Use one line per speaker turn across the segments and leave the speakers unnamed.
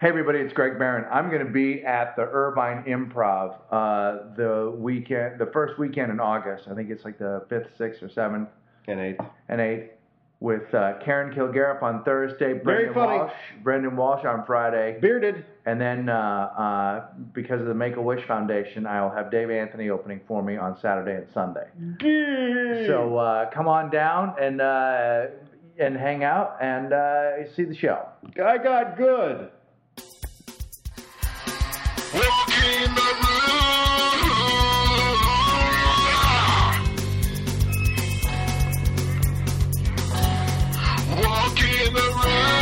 Hey, everybody, it's Greg Barron. I'm going to be at the Irvine Improv uh, the weekend, the first weekend in August. I think it's like the 5th, 6th, or 7th
And eighth.
and 8th with uh, Karen Kilgariff on Thursday, Brendan
funny.
Walsh, Brendan Walsh on Friday,
Bearded.
and then uh, uh, because of the Make a Wish Foundation, I will have Dave Anthony opening for me on Saturday and Sunday. So uh, come on down and uh, and hang out and uh, see the show.
I got good.
Walking the room. Walking the room.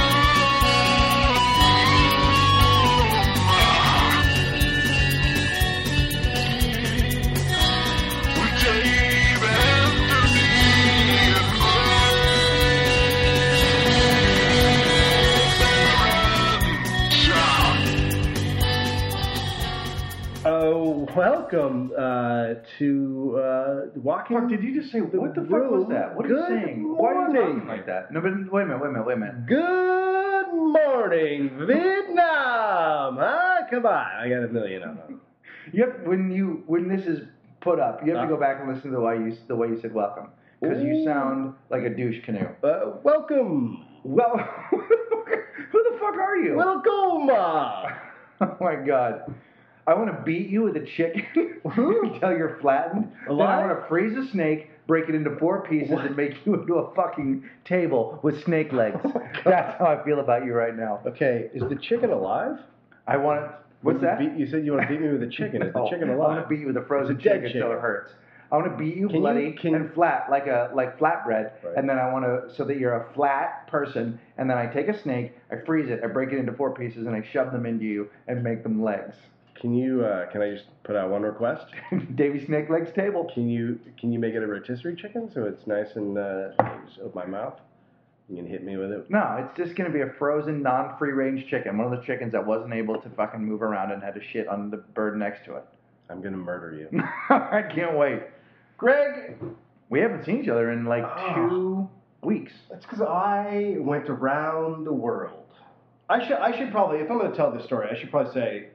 With Dave Anthony and Greg Bradshaw.
Oh, welcome uh, to uh, walking.
Fuck, did you just say what the fuck was that? What are
Good
you saying? Why are you
morning.
talking like that? No, but wait a minute, wait a minute, wait a minute.
Good morning, Vietnam. Huh? Come on, I got a million of them.
You have, when you when this is put up, you have to
Uh.
go back and listen to the way you the way you said welcome because you
Ooh.
sound like a douche canoe.
Uh, welcome,
Well, who the fuck are you?
welcome.
oh my god. I want to beat you with a chicken until you're flattened. Then I
Alive?
want to freeze a snake, break it into four pieces, and make you into a fucking table with snake legs.
Oh
That's how I feel about you right now.
Okay, is the chicken alive?
I want to. What's
you
that?
Beat, you said you want to beat me with a chicken. Is the
No,
chicken
I
alive?
want to beat you with a frozen
It's a dead
chicken until it
chicken.
hurts. I want to beat you
Can you-
bloody
can-
and flat like a like flatbread,
Right.
and then I want to so that you're a flat person, and then I take a snake, I freeze it, I break it into four pieces, and I shove them into you and make them legs.
Can you? Uh, can I just put out one request?
Davy Snake Legs table.
Can you? Can you make it a rotisserie chicken so it's nice and uh, just open my mouth? You can hit me with it.
No, it's just gonna be a frozen, non-free range chicken. One of the chickens that wasn't able to fucking move around and had to shit on the bird next to it.
I'm gonna murder you.
I can't wait. Greg, we haven't seen each other in like
Ah.
two weeks.
That's because I went around the world. I should I should probably if I'm going to tell this story I should probably say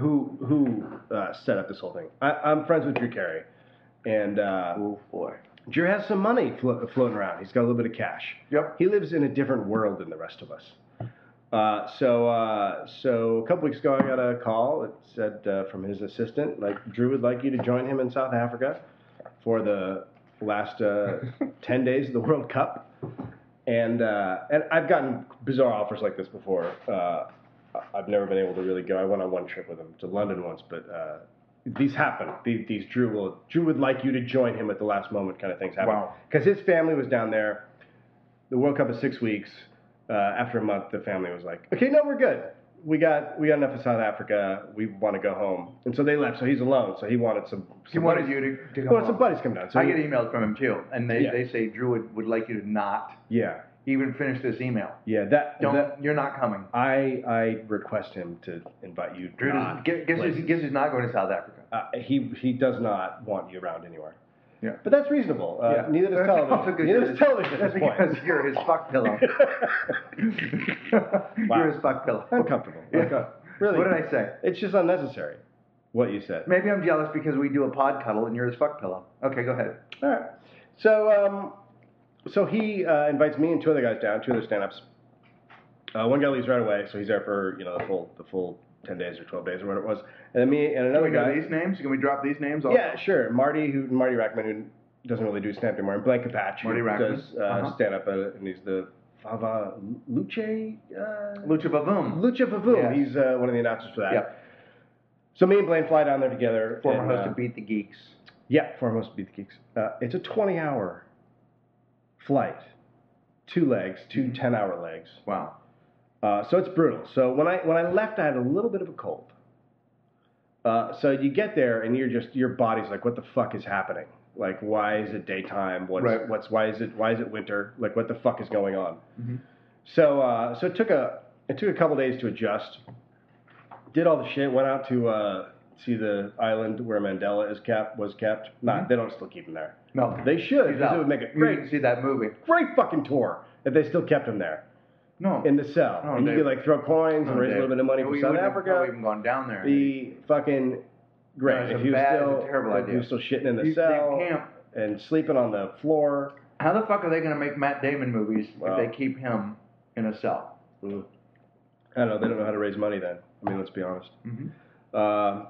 who who uh, set up this whole thing. I, I'm friends with Drew Carey, and uh,
Oh boy.
Drew has some money flo- floating around. He's got a little bit of cash.
Yep.
He lives in a different world than the rest of us. Uh, so, uh, so a couple weeks ago, I got a call. It said uh, from his assistant, like Drew would like you to join him in South Africa for the last uh, ten days of the World Cup. And uh, and I've gotten bizarre offers like this before. Uh, I- I've never been able to really go. I went on one trip with him to London once, but uh, these happen. These, these Drew will Drew would like you to join him at the last moment kind of things happen.
Wow.
Because his family was down there. The World Cup is six weeks. Uh, after a month, the family was like, "Okay, no, we're good. We got we got enough of South Africa. We want to go home." And so they left. So he's alone. So he wanted some. some
He wanted
buddies-
you to, to come
Well,
on.
some buddies come down. So
I
he-
get emails from him too, and they,
Yeah.
they say Drew would, would like you to not
Yeah,
even finish this email.
yeah. That
Don't
that-
you're not coming.
I I request him to invite you.
Drew
not
does, guess, guess,
places.
who's, guess who's not going to South Africa?
uh, he he does not want you around anywhere.
Yeah.
But that's reasonable. Uh,
Yeah.
Neither does
That's also
television.
good.
Neither does television at
That's
this point.
because you're his fuck pillow. You're his fuck pillow.
Uncomfortable.
Yeah.
Unco- Really.
What did I say?
It's just unnecessary. What you said.
Maybe I'm jealous because we do a pod cuddle and you're his fuck pillow. Okay, go ahead.
All right. So, um, so he uh, invites me and two other guys down, two other stand-ups. Uh, one guy leaves right away, so he's there for you know the full the full ten days or twelve days or whatever it was. And then me and
Can
another
we know
guy.
these names? Can we drop these names? Also?
Yeah, sure. Marty, who Marty Rackman, who doesn't really do stand-up anymore, and Blank Patch,
Marty
who
Rackman.
does uh,
Uh-huh.
stand-up, uh, and he's the Fava Luce. Uh,
Lucha Baboom.
Lucha Vavoom.
Yes.
He's uh, one of the announcers for that.
Yeah.
So me and Blaine fly down there together.
Former
and,
host
uh,
of Beat the Geeks.
yeah, foremost beat the geeks. Uh, it's a 20 hour flight, two legs, two 10 hour legs.
Wow.
Uh, so it's brutal. So when I when I left, I had a little bit of a cold. Uh, so you get there and you're just your body's like, what the fuck is happening? Like, why is it daytime? What's
Right.
what's why is it why is it winter? Like, what the fuck is going on?
Mhm.
So uh, so it took a it took a couple days to adjust. Did all the shit. Went out to uh, see the island where Mandela is kept was kept. Not they don't still keep him there.
No.
They should
Mm-hmm. He's
because
out.
it would make a
You
great
didn't see that movie.
great fucking tour if they still kept him there.
No.
in the cell,
Oh,
and you
Dave.
could like throw coins and
Oh,
raise a
Dave.
little bit of money from
we
South
wouldn't have probably
Africa.
even gone down there.
Be fucking
No,
great.
it's a
if you
bad-
still
it's a terrible
if
idea.
You're still shitting in the
You- they
cell
can't-
and sleeping on the floor.
How the fuck are they going to make Matt Damon movies
Wow.
if they keep him in a cell?
Mm. I don't know. They don't know how to raise money then. I mean, let's be honest.
Mhm.
Uh,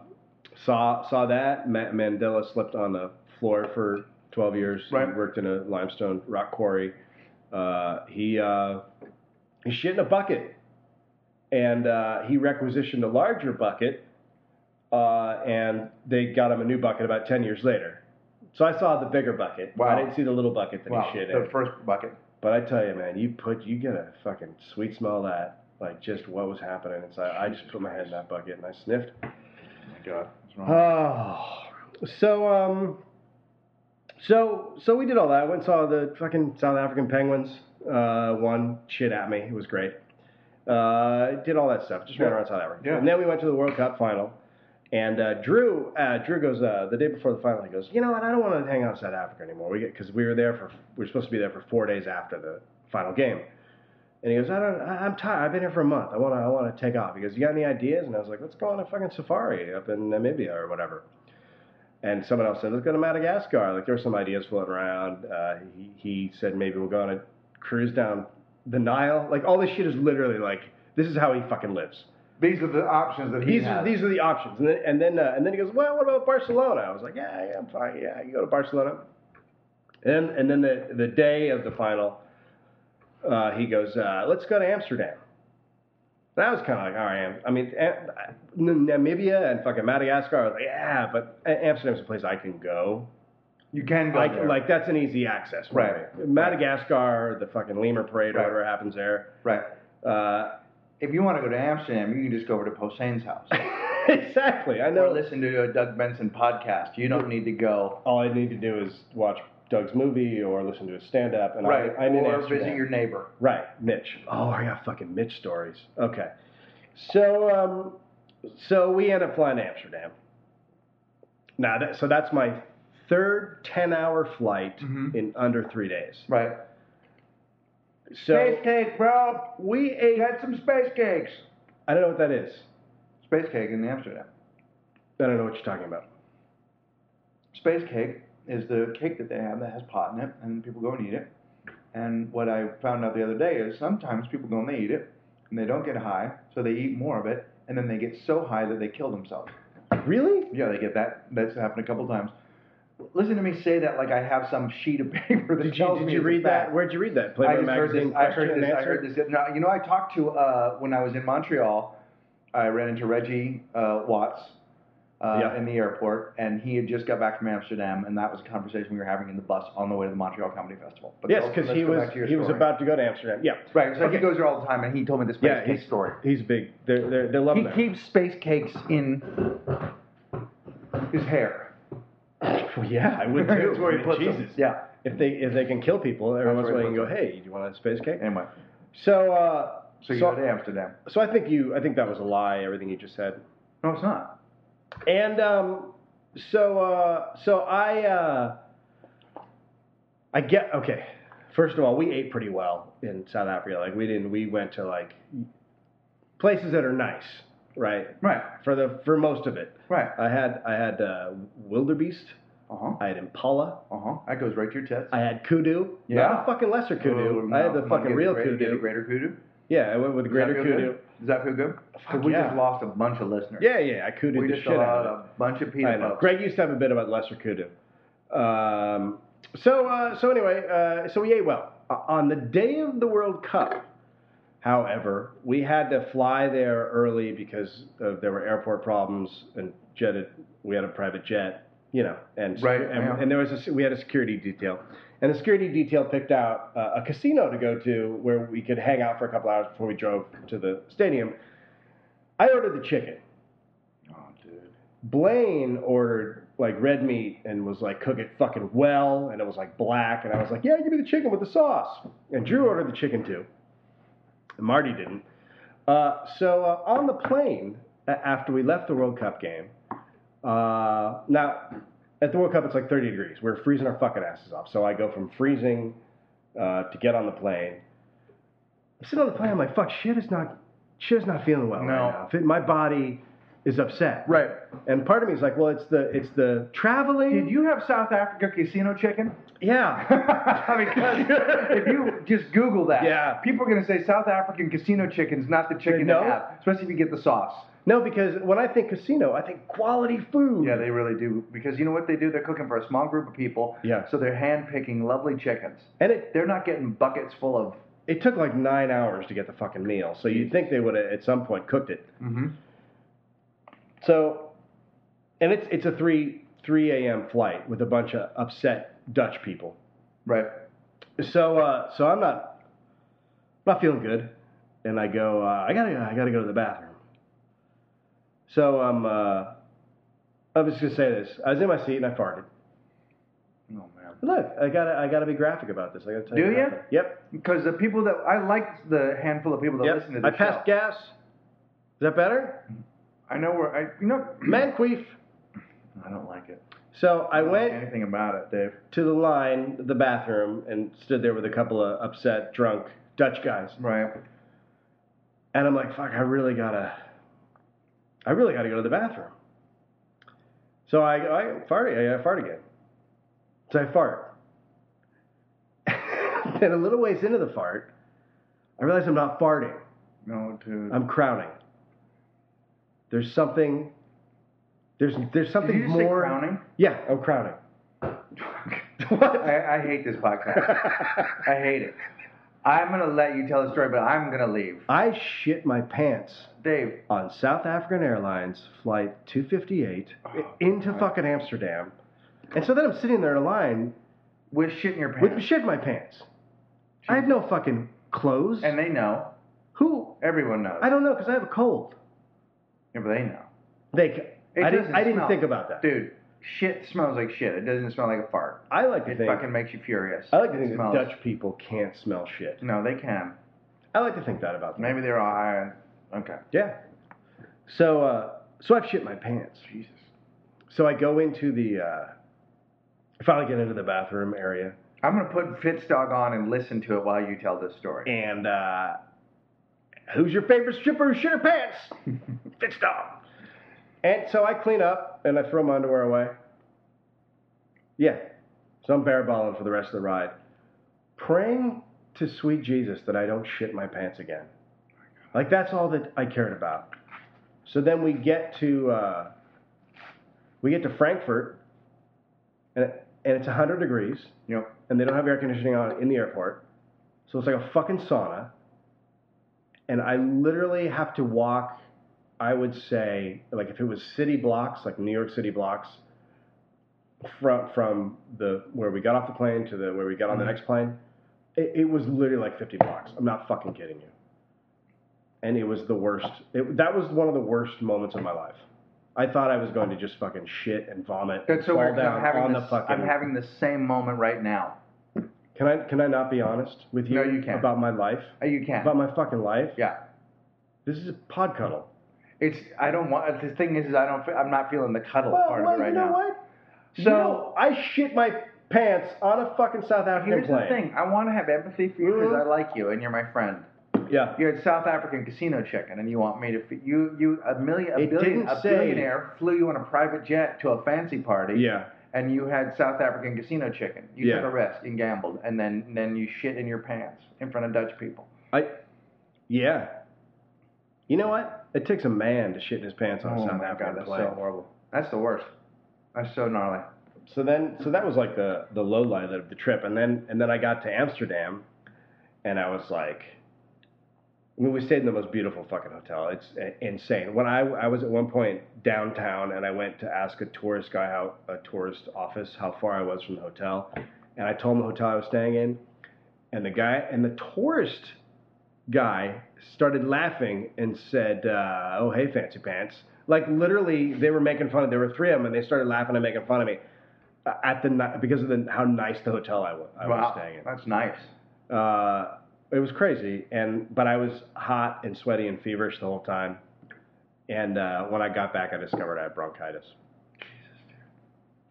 saw saw that Matt Mandela slept on the floor for 12 years. He
Right.
worked in a limestone rock quarry. Uh, he uh, he shit in a bucket, and uh, he requisitioned a larger bucket, uh, and they got him a new bucket about 10 years later. So I saw the bigger bucket. I
Wow.
didn't see the little bucket that
Wow,
he shit in.
the first bucket.
But I tell you, man, you put you get a fucking sweet smell of that like just what was happening inside. I just put my head in that bucket and I sniffed.
Oh my god. What's wrong?
Oh, so um, so so we did all that. Went and saw the fucking South African Penguins. Uh, one shit at me. It was great. Uh, did all that stuff. Just ran
Yeah.
around South Africa.
Yeah.
And then we went to the World Cup final. And uh, Drew, uh, Drew goes uh, the day before the final. He goes, you know what? I don't want to hang out in South Africa anymore. We get because we were there for we were supposed to be there for four days after the final game. And he goes, I don't, I, I'm tired. I've been here for a month. I want to, I want to take off. He goes, you got any ideas? And I was like, let's go on a fucking safari up in Namibia or whatever. And someone else said, let's go to Madagascar. Like there were some ideas floating around. Uh, he, he said maybe we'll go on a cruise down the Nile. Like all this shit is literally like this is how he fucking lives.
These are the options that he
These are
has.
these are the options. And then and then, uh, and then he goes, well, what about Barcelona? I was like, yeah, yeah, I'm fine. Yeah, you go to Barcelona. And and then the the day of the final, uh, he goes, uh, let's go to Amsterdam. And I was kind of like, all right, Am- I mean, Am- N- Namibia and fucking Madagascar. I was like, yeah, but A- Amsterdam's a place I can go.
you can go
Like,
there.
like that's an easy access. for
Right.
me. Madagascar, the fucking lemur parade or
Right.
whatever happens there.
right.
Uh,
If you want to go to Amsterdam, you can just go over to Poseidon's house.
exactly. I know.
or listen to a Doug Benson podcast. You don't need to go.
all I need to do is watch Doug's movie or listen to his stand up and
Right.
I, I'm in
or
Amsterdam.
visit your neighbor.
Right, Mitch. Oh, I got fucking Mitch stories. Okay. So um so we end up flying to Amsterdam. Now that so that's my third 10-hour flight
Mhm.
in under 3 days.
Right.
So
space cake, bro.
we ate
Get some space cakes.
I don't know what that is.
Space cake in Amsterdam.
I don't know what you're talking about.
Space cake is the cake that they have that has pot in it, and people go and eat it. And what I found out the other day is sometimes people go and they eat it, and they don't get high, so they eat more of it, and then they get so high that they kill themselves.
Really?
Yeah, they get that. That's happened a couple times. Listen to me say that like I have some sheet of paper that
Did you
tells
did
me
you
it's a
read that?
fact.
Where'd you read that?
I
Playboy
just heard
magazine
this. I heard
question
this.
and
I heard
answer?
this. No, you know, I talked to uh, when I was in Montreal. I ran into Reggie uh, Watts uh,
Yeah.
in the airport, and he had just got back from Amsterdam, and that was a conversation we were having in the bus on the way to the Montreal Comedy Festival. But
Yes,
let's-
because
let's
he
go
was
back to
he
your
was
story.
about to go to Amsterdam. Yeah.
right. So
Okay.
he goes there all the time, and he told me this space
Yeah,
cake
he's-
story.
He's big. They're they're, they're loving
He
that.
keeps space cakes in his hair.
Well, yeah, I would too.
That's where
I
he
mean,
puts them.
Jesus.
Yeah.
If they if they can kill people, every
That's
once in a
where
while you
he
can go, hey, do you want a space cake?
Anyway,
So uh,
so you
so,
go to Amsterdam.
so I think you I think that was a lie. Everything you just said.
No, it's not.
And um, so uh, so I uh, I get okay. First of all, we ate pretty well in South Africa. Like we didn't. We went to like places that are nice, right?
Right.
For the for most of it,
Right.
I had I had uh, wildebeest.
Uh huh.
I had impala.
Uh huh. That goes right to your tits.
I had kudu.
Yeah.
Not a fucking lesser kudu.
Oh,
I had the
no,
fucking
get
real
greater, Get a
kudu.
greater kudu.
Yeah, I went with the
Does that
greater
feel good?
kudu.
Does that feel good? 'Cause we
yeah.
just lost a bunch of listeners.
Yeah, yeah, I kudu
we
the
just
shit out
allowed
of
a bunch of
it. I
peanut
know.
butter.
Greg used to have a bit about lesser kudu. Um, so, uh, so anyway, uh, so we ate well. Uh, on the day of the World Cup, however, we had to fly there early because uh, there were airport problems and jetted. We had a private jet, you know, and
Right,
and,
yeah.
and there was a se- we had a security detail, and the security detail picked out uh, a casino to go to where we could hang out for a couple hours before we drove to the stadium. I ordered the chicken.
Oh, dude.
Blaine ordered like red meat and was like, cook it fucking well. And it was like black. And I was like, yeah, give me the chicken with the sauce. And Drew ordered the chicken too. And Marty didn't. Uh, so uh, on the plane, a- after we left the World Cup game, uh, now at the World Cup, it's like 30 degrees. We're freezing our fucking asses off. So I go from freezing uh, to get on the plane I'm sitting on the plane. I'm like, fuck, shit is not, shit is not feeling well
No.
right now. Fit- My body is upset.
Right.
And part of me is like, well, it's the, it's the traveling.
Did you have South Africa casino chicken?
Yeah.
because if you just Google that,
Yeah.
people are going to say South African casino chicken's not the chicken
No.
to have, especially if you get the sauce.
No, because when I think casino, I think quality food.
Yeah, they really do because you know what they do? They're cooking for a small group of people.
Yeah.
So they're hand picking lovely chickens.
and it,
They're not getting buckets full of.
it took like nine hours to get the fucking meal. So you'd think they would have at some point cooked it.
Mm-hmm.
So, and it's it's a three three a.m. flight with a bunch of upset Dutch people.
Right.
So uh, so I'm not not feeling good, and I go uh, I gotta I gotta go to the bathroom. So I'm uh, I'm just gonna say this. I was in my seat and I farted.
Oh man.
Look, I gotta I gotta be graphic about this. I gotta tell
Do
you. what
ya?
happened. Yep.
Because the people that I like the handful of people that listen to
Yep.
the
I passed
show.
gas. Is that better?
I know where I. You know.
Manqueef.
I don't like it.
So I
I don't
went
like anything about it, Dave.
to the line, the bathroom, and stood there with a couple of upset, drunk Dutch guys.
Right.
And I'm like, fuck, I really gotta, I really gotta go to the bathroom. So I, I fart, I, I fart again. So I fart. then a little ways into the fart, I realize I'm not farting.
No, dude.
I'm crowning. There's something. There's there's something
Did you just say
more.
crowning?
Yeah, I'm crowning.
I, I hate this podcast. I hate it. I'm gonna let you tell the story, but I'm gonna leave.
I shit my pants.
Dave,
on South African Airlines flight 258
Oh,
into fucking Amsterdam. And so then I'm sitting there in a line
with shit in your
with
pants,
shit in my pants. I had no fucking clothes.
and they know.
who?
Everyone knows.
I don't know because I have a cold.
yeah, but they know.
They, c-
It
I didn't,
doesn't
I didn't
smell.
think about that.
Dude, shit smells like shit. It doesn't smell like a fart.
I like to
It
think
fucking makes you furious.
I like to
It
think that
smells.
Dutch people can't smell shit.
No, they can.
I like to think that about them.
Maybe they're all high. on- Okay.
Yeah. So uh, so I've shit my pants.
Jesus.
So I go into the uh, I finally get into the bathroom area
I'm gonna put Fitz Dog on and listen to it while you tell this story.
And uh, who's your favorite stripper who shit her pants? Fitz dog. And so I clean up and I throw my underwear away. Yeah. So I'm bare balling for the rest of the ride. Praying to sweet Jesus that I don't shit my pants again. Like that's all that I cared about. So then we get to uh, we get to Frankfurt and, and it's 100 degrees
Yep.
and they don't have air conditioning on in the airport. So it's like a fucking sauna. And I literally have to walk, I would say, like if it was city blocks, like New York City blocks, from from the where we got off the plane to the where we got on the
Mm-hmm.
next plane, it, it was literally like 50 blocks. I'm not fucking kidding you. And it was the worst. It, that was one of the worst moments of my life. I thought I was going to just fucking shit and vomit. and
That's so
fall
weird. 'cause
down
I'm having
on
this,
the fucking.
I'm having the same moment right now.
Can I can I not be honest with you?
No, you can.
About my life,
Uh, You can.
about my fucking life.
yeah.
This is a pod cuddle.
It's. I don't want. The thing is, is I don't. fe- I'm not feeling the cuddle part of it right
you know
now.
what?
So
you know, I shit my pants on a fucking South African
here's the
plane.
thing. I want to have empathy for you because
Mhm.
I like you and you're my friend.
Yeah.
You had South African casino chicken, and you want me to fe- you you a million a
It
billion
didn't
a
say-
billionaire flew you on a private jet to a fancy party.
Yeah.
And you had South African casino chicken. You
Yeah.
took a risk and gambled, and then then you shit in your pants in front of Dutch people.
I. Yeah. You know what? It takes a man to shit in his pants on a
Oh
South
my
African
God, that's
plane.
so horrible. That's the worst. That's so gnarly.
so then so that was like the the low light of the trip and then and then i got to amsterdam and i was like I mean, we stayed in the most beautiful fucking hotel. It's i- insane. When I, I was at one point downtown and I went to ask a tourist guy how a tourist office how far I was from the hotel, and I told him the hotel I was staying in, and the guy and the tourist guy started laughing and said, uh, "Oh hey, fancy pants!" Like literally, they were making fun of. There were three of them, and they started laughing and making fun of me uh, at the ni- because of the how nice the hotel I, wa- I was staying in
that's nice.
uh, it was crazy and but i was hot and sweaty and feverish the whole time and uh, when i got back i discovered i had bronchitis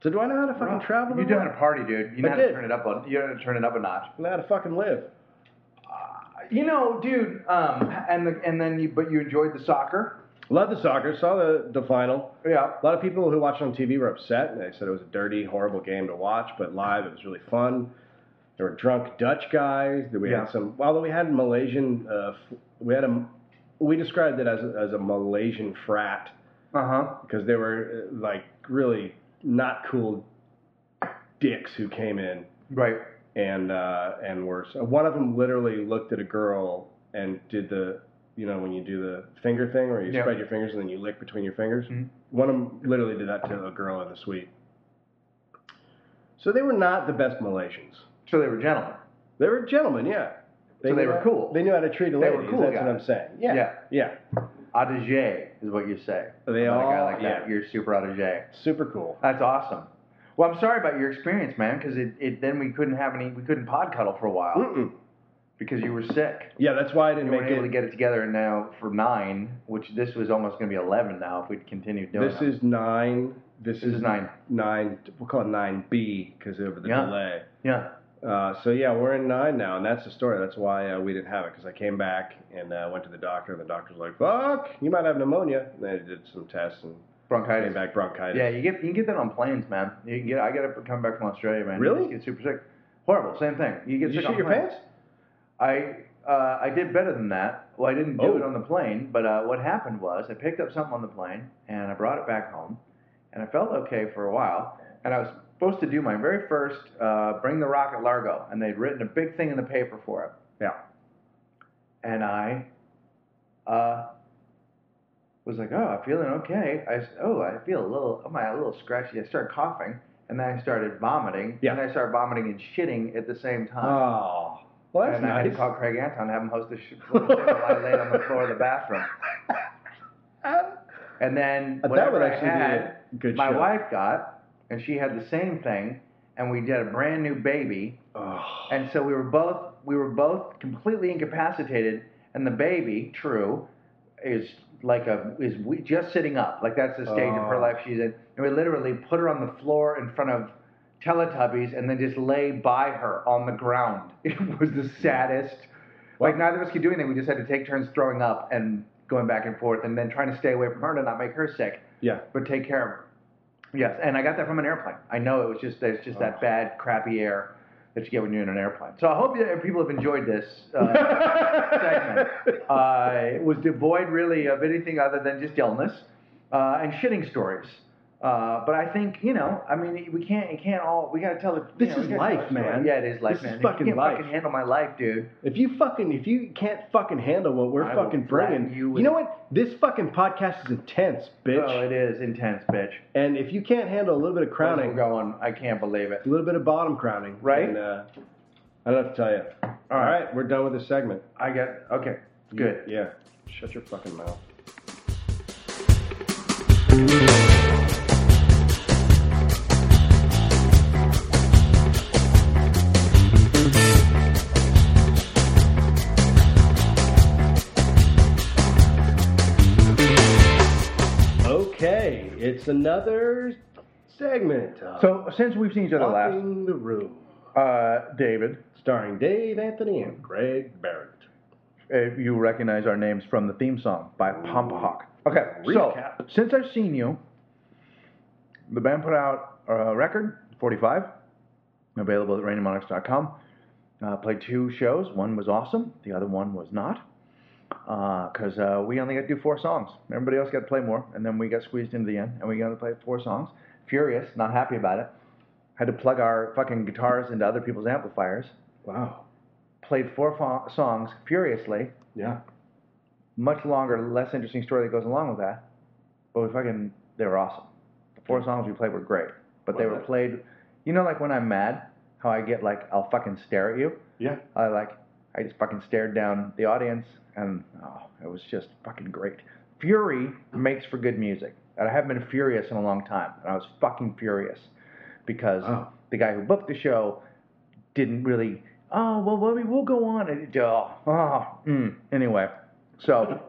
so do i know how to fucking travel
You
the
know how
world?
to party, dude. You know
I
how to
did.
turn it up. A, you know how to turn it up a notch.
I know how to fucking live
You know, dude, um, and the, and then you, but you enjoyed the soccer.
Love the soccer. Saw the, the final.
Yeah.
A lot of people who watched on TV were upset. and They said it was a dirty, horrible game to watch, but live it was really fun. There were drunk Dutch guys. We
Yeah.
had some. Although we had Malaysian, uh, f- we had a. We described it as a, as a Malaysian frat
Uh huh.
because they were uh, like really not cool dicks who came in
Right.
and uh, and were so one of them literally looked at a girl and did the you know when you do the finger thing where you
Yeah.
spread your fingers and then you lick between your fingers.
Mhm.
One of them literally did that to a girl in the suite. So they were not the best Malaysians.
So they were gentlemen.
They were gentlemen, yeah.
So they
knew
were
how-
cool.
They knew how to treat a
They
lady.
were cool
That's
guys.
what I'm saying. Yeah,
Yeah.
yeah.
Adige is what you say.
They
about a guy
all-
like that.
yeah.
You're super adige.
Super cool.
That's awesome. Well, I'm sorry about your experience, man, because it, it then we couldn't have any we couldn't pod cuddle for a while
Mm-mm.
because you were sick.
Yeah, that's why I didn't
We
make
weren't able
Mm. it.
to get it together and now for nine, which this was almost going to be eleven now if we'd continued doing
this
it.
is nine. This,
this is nine.
Nine. We'll call it nine B because over the
Yeah.
delay.
Yeah.
Uh, so yeah, we're in nine now, and that's the story. That's why uh, we didn't have it because I came back and uh, went to the doctor, and the doctor's like, "Fuck, you might have pneumonia." And they did some tests and came
Bronchitis.
back bronchitis.
Yeah, you get you can get that on planes, man. You can get I got it coming back from Australia, man.
Really?
You just get super sick. Horrible. Same thing. You get
did you
sick on
shoot your
planes.
pants?
I uh, I did better than that. Well, I didn't do
Oh.
it on the plane, but uh, what happened was I picked up something on the plane and I brought it back home, and I felt okay for a while. And I was supposed to do my very first uh, bring the rocket Largo, and they'd written a big thing in the paper for it.
Yeah.
And I uh, was like, oh, I'm feeling okay. I s- oh, I feel a little, am I a little scratchy? I started coughing, and then I started vomiting,
Yeah.
and I started vomiting and shitting at the same time
Oh, well that's
and I had to
nice.
call Craig Anton, have him host the show while I laid on the floor of the bathroom. And then
Uh, that
whatever
Uh, would
I
actually
had,
be a good
my
show.
wife got, and she had the same thing, and we did a brand new baby,
Oh.
and so we were both we were both completely incapacitated, and the baby, true, is like a is we just sitting up, like that's the stage of her
Oh.
life she's in, and we literally put her on the floor in front of Teletubbies, and then just lay by her on the ground. It was the saddest. Like neither of us could do anything. We just had to take turns throwing up and going back and forth, and then trying to stay away from her to not make her sick,
yeah.
but take care of her. Yes, and I got that from an airplane. I know it was just there's just
Oh.
that bad, crappy air that you get when you're in an airplane. So I hope that people have enjoyed this uh, segment. Uh, it was devoid really of anything other than just illness uh, and shitting stories. Uh, but I think you know, I mean, we can't, it can't all. We got to tell the. you
This
know, we
is
gotta
life,
tell the story.
man.
Yeah, it is life,
This is
man. If
fucking
you can't
life.
fucking handle my life, dude.
If you fucking if you can't fucking handle what we're
I will
fucking
threaten
bringing,
you
you,
with-
know what? This fucking podcast is intense, bitch.
Oh, it is intense, bitch.
and if you can't handle a little bit of
We're
crowning,
going. I can't believe it.
a little bit of bottom crowning,
Right?
And, uh, I don't have to tell you.
All
All
right.
right, we're done with this segment.
I got okay. Good.
Yeah. Shut your fucking mouth. Okay, it's another segment. Of
So since we've seen each other last,
Walking the room,
uh, David,
starring Dave Anthony and Greg Barrett.
if you recognize our names from the theme song by Pampa Hawk. Okay, so
Recap.
since I've seen you, the band put out a record, 45, available at RainyMonarchs.com. Uh, played two shows. One was awesome. The other one was not, because uh, we only got to do four songs. Everybody else got to play more, and then we got squeezed into the end, and we got to play four songs. Furious, not happy about it. Had to plug our fucking guitars into other people's amplifiers.
Wow.
Played four fo- songs furiously
Yeah.
much longer, less interesting story that goes along with that. But we fucking, they were awesome. The four songs we played were great, but they
Love
were
it.
played. You know, like when I'm mad, how I get like I'll fucking stare at you.
Yeah.
I like I just fucking stared down the audience, and oh, it was just fucking great. Fury makes for good music, and I haven't been furious in a long time, and I was fucking furious because
Wow.
the guy who booked the show didn't really. Oh well, well, we will go on. It, oh, oh, mm. Anyway, so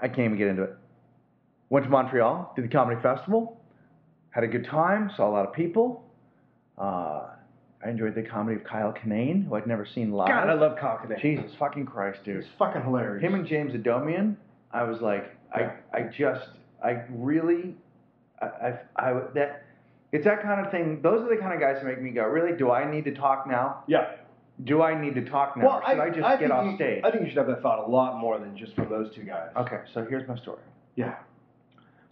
I can't even get into it. Went to Montreal, did the comedy festival, had a good time, saw a lot of people. Uh, I enjoyed the comedy of Kyle Kinane, who I'd never seen live.
God, I love Cockney.
Jesus fucking Christ, dude.
It's fucking hilarious.
Him and James Adomian, I was like, I, I just, I really, I, I, I, that, it's that kind of thing. Those are the kind of guys that make me go, really? Do I need to talk now?
yeah.
Do I need to talk now? or should I, just get
think
off
you-
stage?
I think you should have that thought a lot more than just from those two guys.
okay, so here's my story.
Yeah.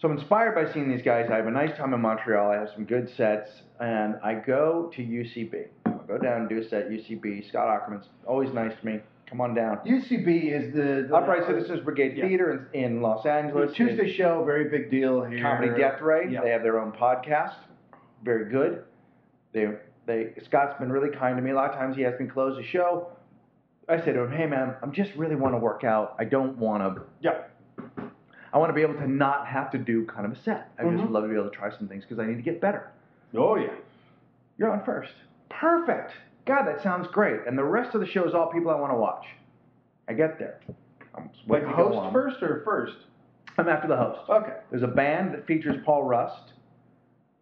So I'm inspired by seeing these guys. I have a nice time in Montreal. I have some good sets, and I go to UCB. I go down and do a set at UCB. Scott Ackerman's always nice to me. Come on down.
UCB is the, the
Upright Citizens Brigade
Yeah.
Theater in, in Los Angeles.
Tuesday show, very big deal here.
Comedy Death Ray.
Yeah.
They have their own podcast. Very good. They they Scott's been really kind to me. A lot of times he has me close the show. I say to him, "Hey man, I'm just really want to work out. I don't want to.
Yeah.
I want to be able to not have to do kind of a set. I just
Mhm.
love to be able to try some things because I need to get better.
Oh yeah.
You're on first. Perfect. God, that sounds great. And the rest of the show is all people I want to watch. I get there. I'm
Like
waiting to go
host
on.
first or first?
I'm after the host.
Okay.
There's a band that features Paul Rust,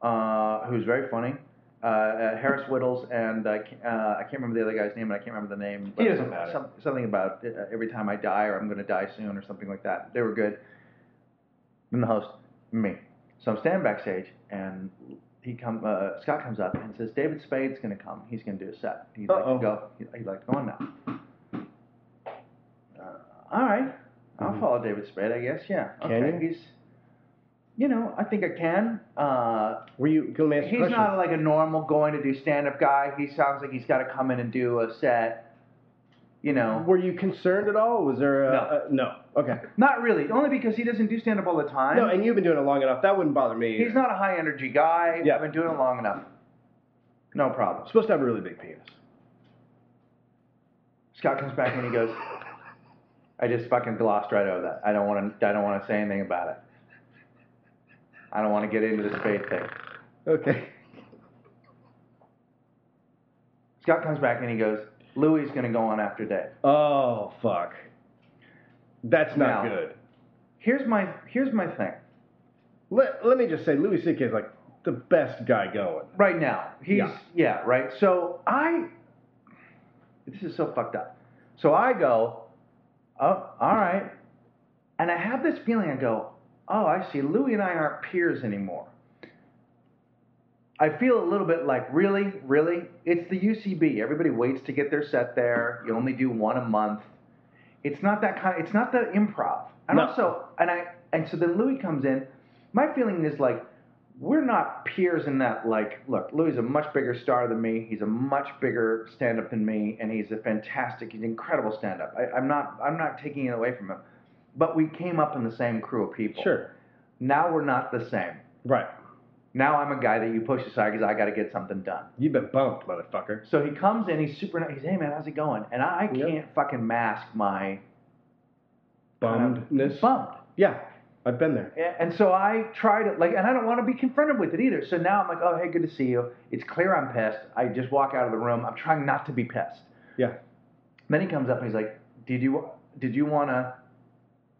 uh, who's very funny. Uh, uh, Harris Whittles and uh, K- uh, I can't remember the other guy's name, and I can't remember the name.
It doesn't matter.
Some, something about uh, every time I die or I'm going to die soon or something like that. They were good. Then the host, me. So I'm standing backstage, and he come. Uh, Scott comes up and says, "David Spade's going to come. He's going to do a set. He'd like
Uh-oh.
to go. He'd, he'd like to go on now." Uh, all right, I'll
Mhm.
follow David Spade, I guess. Yeah.
Can
okay.
you?
He's you know, I think I can. Uh,
Were you? Can I ask you a
he's
question?
not like a normal going to do stand up guy. He sounds like he's got to come in and do a set. You know,
Were you concerned at all? Was there a no? A, no. Okay.
not really. Only because he doesn't do stand up all the time.
No, and you've been doing it long enough. That wouldn't bother me.
he's not a high energy guy.
Yeah.
I've been doing it long enough. No problem.
supposed to have a really big penis.
Scott comes back and he goes, "I just fucking glossed right over that. I don't want to. I don't want to say anything about it. I don't want to get into the spade thing."
Okay.
Scott comes back and he goes, "Louis is going to go on after Dave."
Oh fuck. That's not
No.
good.
Here's my here's my thing.
Let, let me just say, Louis C.K. is like the best guy going.
Right now. He's yeah.
Yeah.
right. So I this is so fucked up. So I go, Oh, all right. And I have this feeling I go, Oh, I see, Louie and I aren't peers anymore. I feel a little bit like, really, really? It's the UCB. Everybody waits to get their set there. You only do one a month. It's not that kind it's not the improv. And
No.
also and I and so then Louis comes in. My feeling is like we're not peers in that like look louis is a much bigger star than me he's a much bigger stand-up than me and he's a fantastic he's an incredible stand-up I, i'm not i'm not taking it away from him but we came up in the same crew of people
Sure.
now we're not the same
Right.
now i'm a guy that you push aside because i got to get something done
You've been bumped, motherfucker.
so he comes in he's super nice he's hey man how's it going and i
Yeah.
can't fucking mask my uh,
Bummedness.
bummed
Yeah, I've been there.
Yeah, And so I tried it, like, and I don't want to be confronted with it either. So now I'm like, oh, hey, good to see you. It's clear I'm pissed. I just walk out of the room. I'm trying not to be pissed.
Yeah.
Then he comes up and he's like, did you, did you want to,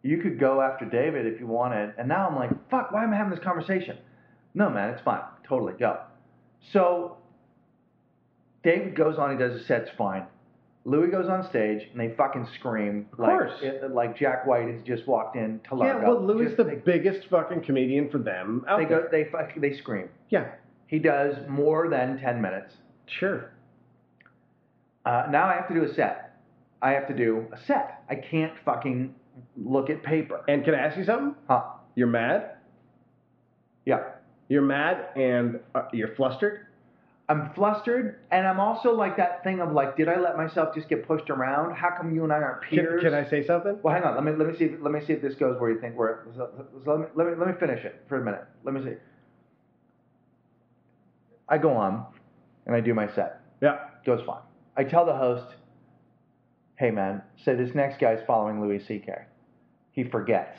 you could go after David if you wanted. And now I'm like, fuck, why am I having this conversation? No, man, it's fine. Totally go. So David goes on, he does his sets fine. Louis goes on stage and they fucking scream like
course.
it- like Jack White has just walked in to
Yeah,
Largo.
well, Louis
Just-
the
they-
biggest fucking comedian for them out
they
there.
go. They fuck- they scream.
yeah,
He does more than ten minutes.
sure.
Uh, now I have to do a set. I have to do a set. I can't fucking look at paper.
And can I ask you something?
Huh?
You're mad.
Yeah.
You're mad, and uh, you're flustered.
I'm flustered, and I'm also like that thing of like, did I let myself just get pushed around? How come you and I aren't
Can,
peers?
can I say something?
Well, hang on. Let me let me see. If, let me see if this goes where you think we're. So, so let me let me let me finish it for a minute. Let me see. I go on, and I do my set.
Yeah.
goes fine. I tell the host, hey man, say this next guy's following Louis C.K. He forgets.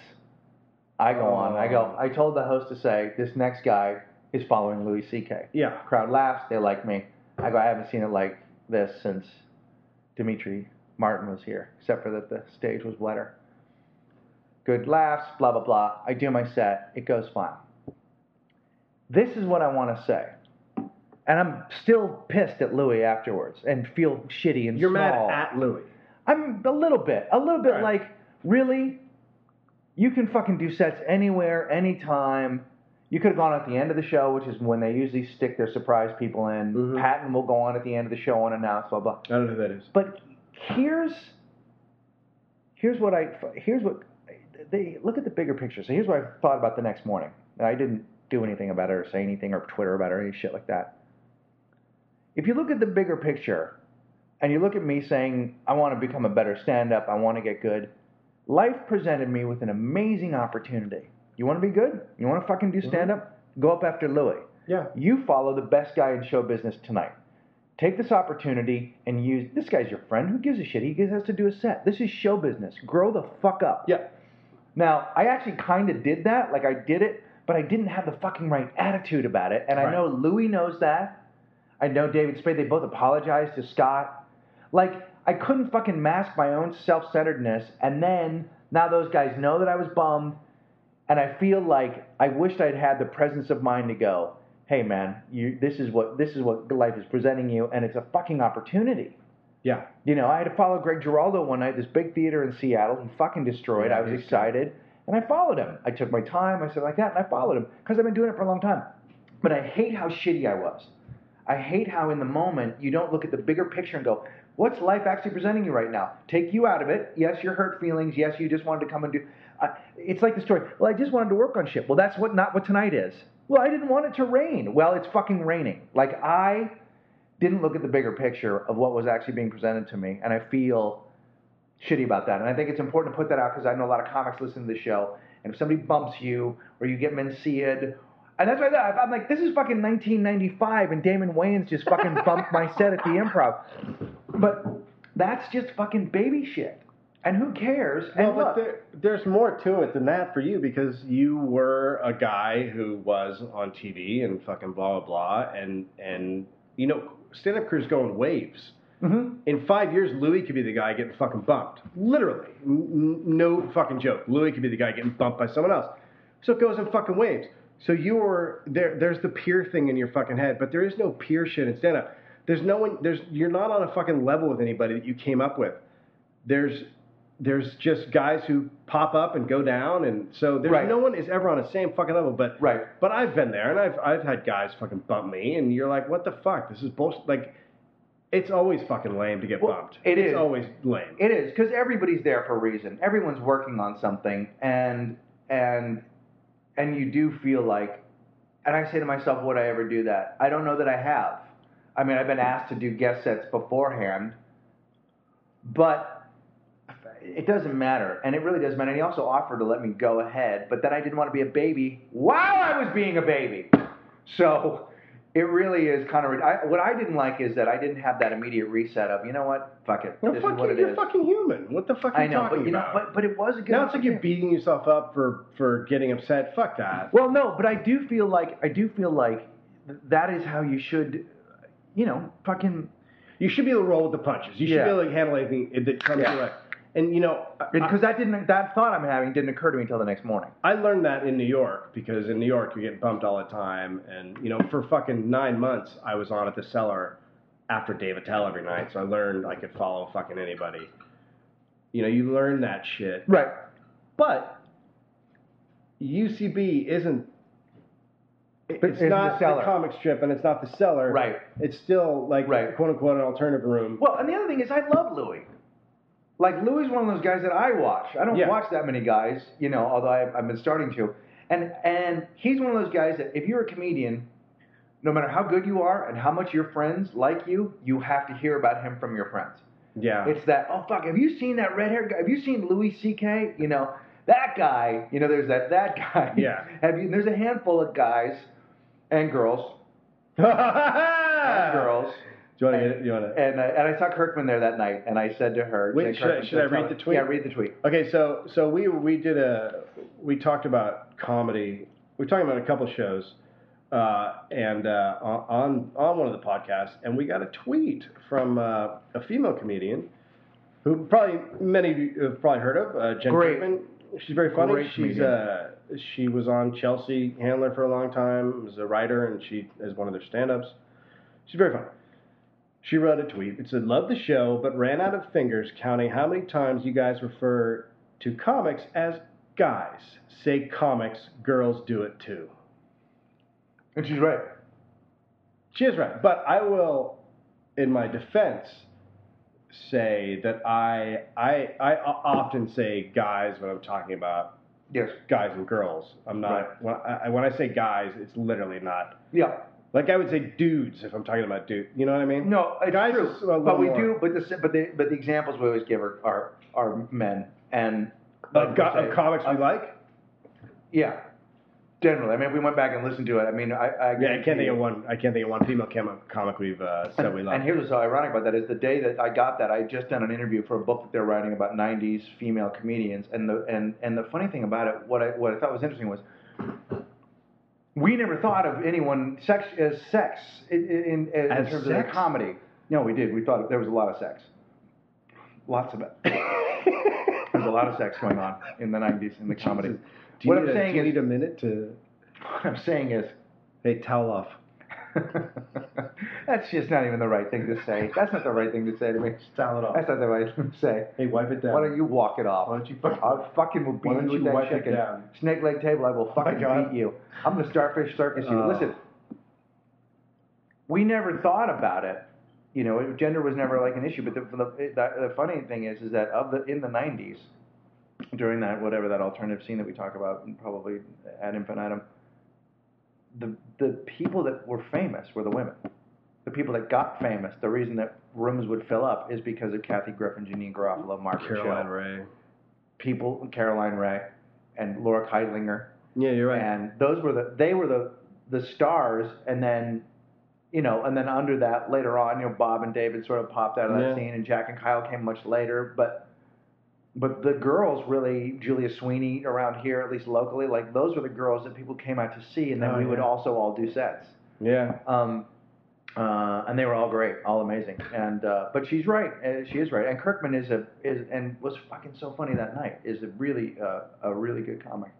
I go on. I go, I told the host to say, this next guy is following Louis C.K.
Yeah.
Crowd laughs. They like me. I go, I haven't seen it like this since Dimitri Martin was here, except for that the stage was wetter. Good laughs, blah, blah, blah. I do my set. It goes fine. This is what I want to say. And I'm still pissed at Louis afterwards and feel shitty and
You're
small.
mad at Louis.
I'm a little bit, a little bit
Right.
like, really? You can fucking do sets anywhere, anytime. You could have gone at the end of the show, which is when they usually stick their surprise people in.
Mhm.
Patton will go on at the end of the show unannounced, blah blah.
I don't know who that is.
But here's here's what I here's what they look at the bigger picture. So here's what I thought about the next morning. And I didn't do anything about it or say anything or Twitter about it or any shit like that. If you look at the bigger picture and you look at me saying I want to become a better stand up, I want to get good. Life presented me with an amazing opportunity. You want to be good? You want to fucking do stand up? Go up after Louis
Yeah.
you follow the best guy in show business tonight. Take this opportunity and use this guy's your friend. Who gives a shit? He has to do a set. This is show business. Grow the fuck up.
Yeah.
Now, I actually kind of did that. Like, I did it, but I didn't have the fucking right attitude about it. And I
Right.
know Louis knows that. I know David Spade. They both apologized to Scott. Like, I couldn't fucking mask my own self centeredness. And then now those guys know that I was bummed. And I feel like I wished I'd had the presence of mind to go, hey man, you, this is what this is what life is presenting you, and it's a fucking opportunity.
Yeah.
You know, I had to follow Greg Giraldo one night, this big theater in Seattle. He fucking destroyed.
Yeah,
I was
he's
excited. And I followed him. I took my time. I said like that, and I followed him because I've been doing it for a long time. But I hate how shitty I was. I hate how in the moment you don't look at the bigger picture and go, what's life actually presenting you right now? Take you out of it. Yes, your hurt feelings. Yes, you just wanted to come and do. I it's like the story. Well, I just wanted to work on shit. Well, that's what not what tonight is. Well, I didn't want it to rain. Well, it's fucking raining. Like I didn't look at the bigger picture of what was actually being presented to me, and I feel shitty about that. And I think it's important to put that out because I know a lot of comics listen to the show, and if somebody bumps you or you get menciaed, and that's why I thought- I'm like, this is fucking 1995, and Damon Wayans just fucking bumped my set at the Improv, but that's just fucking baby shit. And who cares?
Well,
and
but
look-
there, there's more to it than that for you because you were a guy who was on TV and fucking blah blah blah, and and you know stand-up careers go in waves.
Mhm.
In five years, Louis could be the guy getting fucking bumped. Literally, N- n- no fucking joke. Louis could be the guy getting bumped by someone else. So it goes in fucking waves. So you were there. There's the peer thing in your fucking head, but there is no peer shit in stand-up. There's no one. There's you're not on a fucking level with anybody that you came up with there's there's just guys who pop up and go down, and so there's
Right.
no one is ever on the same fucking level. But
Right.
but I've been there, and I've I've had guys fucking bump me, and you're like, what the fuck? This is bullshit. Like, it's always fucking lame to get
Well,
bumped.
it
it's
is.
always lame.
It is because everybody's there for a reason. Everyone's working on something, and and and you do feel like. And I say to myself, would I ever do that? I don't know that I have. I mean, I've been asked to do guest sets beforehand, but it doesn't matter, and it really doesn't matter. And he also offered to let me go ahead, but then I didn't want to be a baby while I was being a baby. So it really is kind of. I, what I didn't like is that I didn't have that immediate reset of, you know what, fuck it,
No,
this
fuck
is what
you,
it
you're
is.
fucking human. What the fuck are
I
you
know,
talking
but you know,
about?
but, but it was a good.
now it's like you're
opportunity.
beating yourself up for for getting upset. Fuck that.
Well, no, but I do feel like I do feel like th- that is how you should, you know, fucking.
You should be able to roll with the punches. You should
Yeah.
be able to handle anything that comes
Yeah.
your way. And you know, I-
Because that didn't that thought I'm having didn't occur to me until the next morning.
I learned that in New York because in New York you get bumped all the time, and you know for fucking nine months I was on at the cellar after Dave Attell every night, so I learned I could follow fucking anybody. You know, you learn that shit,
Right.
but UCB isn't. It's
isn't the
not the,
cellar.
comic strip, and it's not the cellar.
Right.
It's still like
Right.
quote unquote an alternative room.
Well, and the other thing is, I love Louis. Like Louis is one of those guys that I watch. I don't
Yeah.
watch that many guys, you know. Although I, I've been starting to, and and he's one of those guys that if you're a comedian, no matter how good you are and how much your friends like you, you have to hear about him from your friends.
yeah.
It's that, oh fuck, have you seen that red haired guy? Have you seen Louis C.K.? You know, that guy, you know, there's that that guy.
Yeah.
Have you there's a handful of guys and girls. And girls.
Do you want to get it? You want to?
And I, and I saw Kirkman there that night and I said to her,
Wait,
Jane
should I-
Kirkman,
should I
said,
read
"Tell
the
me."
tweet?
Yeah, read the tweet.
Okay, so so we we did a we talked about comedy. We were talking about a couple shows, uh, and uh, on on one of the podcasts, and we got a tweet from uh, a female comedian who probably many of you have probably heard of, uh, Jen
Great.
Kirkman. She's very funny.
Great
She's
comedian.
uh, she was on Chelsea Handler for a long time. Was a writer, and she is one of their stand-ups. She's very funny. She wrote a tweet. It said, "Love the show, but ran out of fingers counting how many times you guys refer to comics as guys. Say comics, girls do it too."
And she's right.
She is right, but I will, in my defense, say that I I I o- often say guys when I'm talking about
Yes.
guys and girls. I'm not
Right.
when I, I- when I say guys, it's literally not
Yeah.
like I would say dudes if I'm talking about dude. You know what I mean?
No, it's
Guys
true.
is a little
but we
more-
do. But the but the but the examples we always give are are, are men and
Like go-
we say-
of comics we
uh,
like.
Yeah. Generally, I mean, we went back and listened to it. I mean, I I,
Yeah, I can't think of one. I can't think of one female com- comic we've uh, said we like.
And here's what's so ironic about that is the day that I got that, I had just done an interview for a book that they're writing about 90s female comedians. And the and and the funny thing about it, what I what I thought was interesting was we never thought of anyone sex as sex in in, in,
As
terms of their
sex?
comedy. No, we did. We thought there was a lot of sex, lots of it. There's a lot of sex going on in the 90s in the comedy.
Jesus. Do you
What I'm
need a-
saying
do you
is,
need a minute to
what I'm saying is,
hey towel off.
that's just not even the right thing to say. That's not the right thing to say to me.
Towel it
That's not the right thing to say.
Hey, wipe it down.
Why don't you walk it off?
Why don't you fucking-
I fucking will beat
Why don't
you with
you
that
wipe it
chicken.
down? Oh
Snake leg table, I will fucking
God.
beat you. I'm gonna starfish circus you.
Oh.
Listen, we never thought about it. You know, it- gender was never like an issue. But the, the, the, the funny thing is, is that of the in the '90s, during that whatever that alternative scene that we talk about, and probably ad infinitum, the the people that were famous were the women. The people that got famous, the reason that rooms would fill up is because of Kathy Griffin, Janine Garofalo, Margaret
Caroline
Cho
Ray.
people, Caroline Ray and Laura Keitlinger,
Yeah, you're right.
and those were the they were the the stars, and then you know, and then under that later on, you know, Bob and David sort of popped out of that
Yeah.
scene, and Jack and Kyle came much later, but. But the girls really, Julia Sweeney around here, at least locally, like those were the girls that people came out to see, and then
Oh,
we would
yeah.
also all do sets.
yeah.
Um, uh, and they were all great, all amazing. And uh, but she's right, uh, she is right. And Kirkman is a is and was fucking so funny that night. Is a really uh, a really good comic.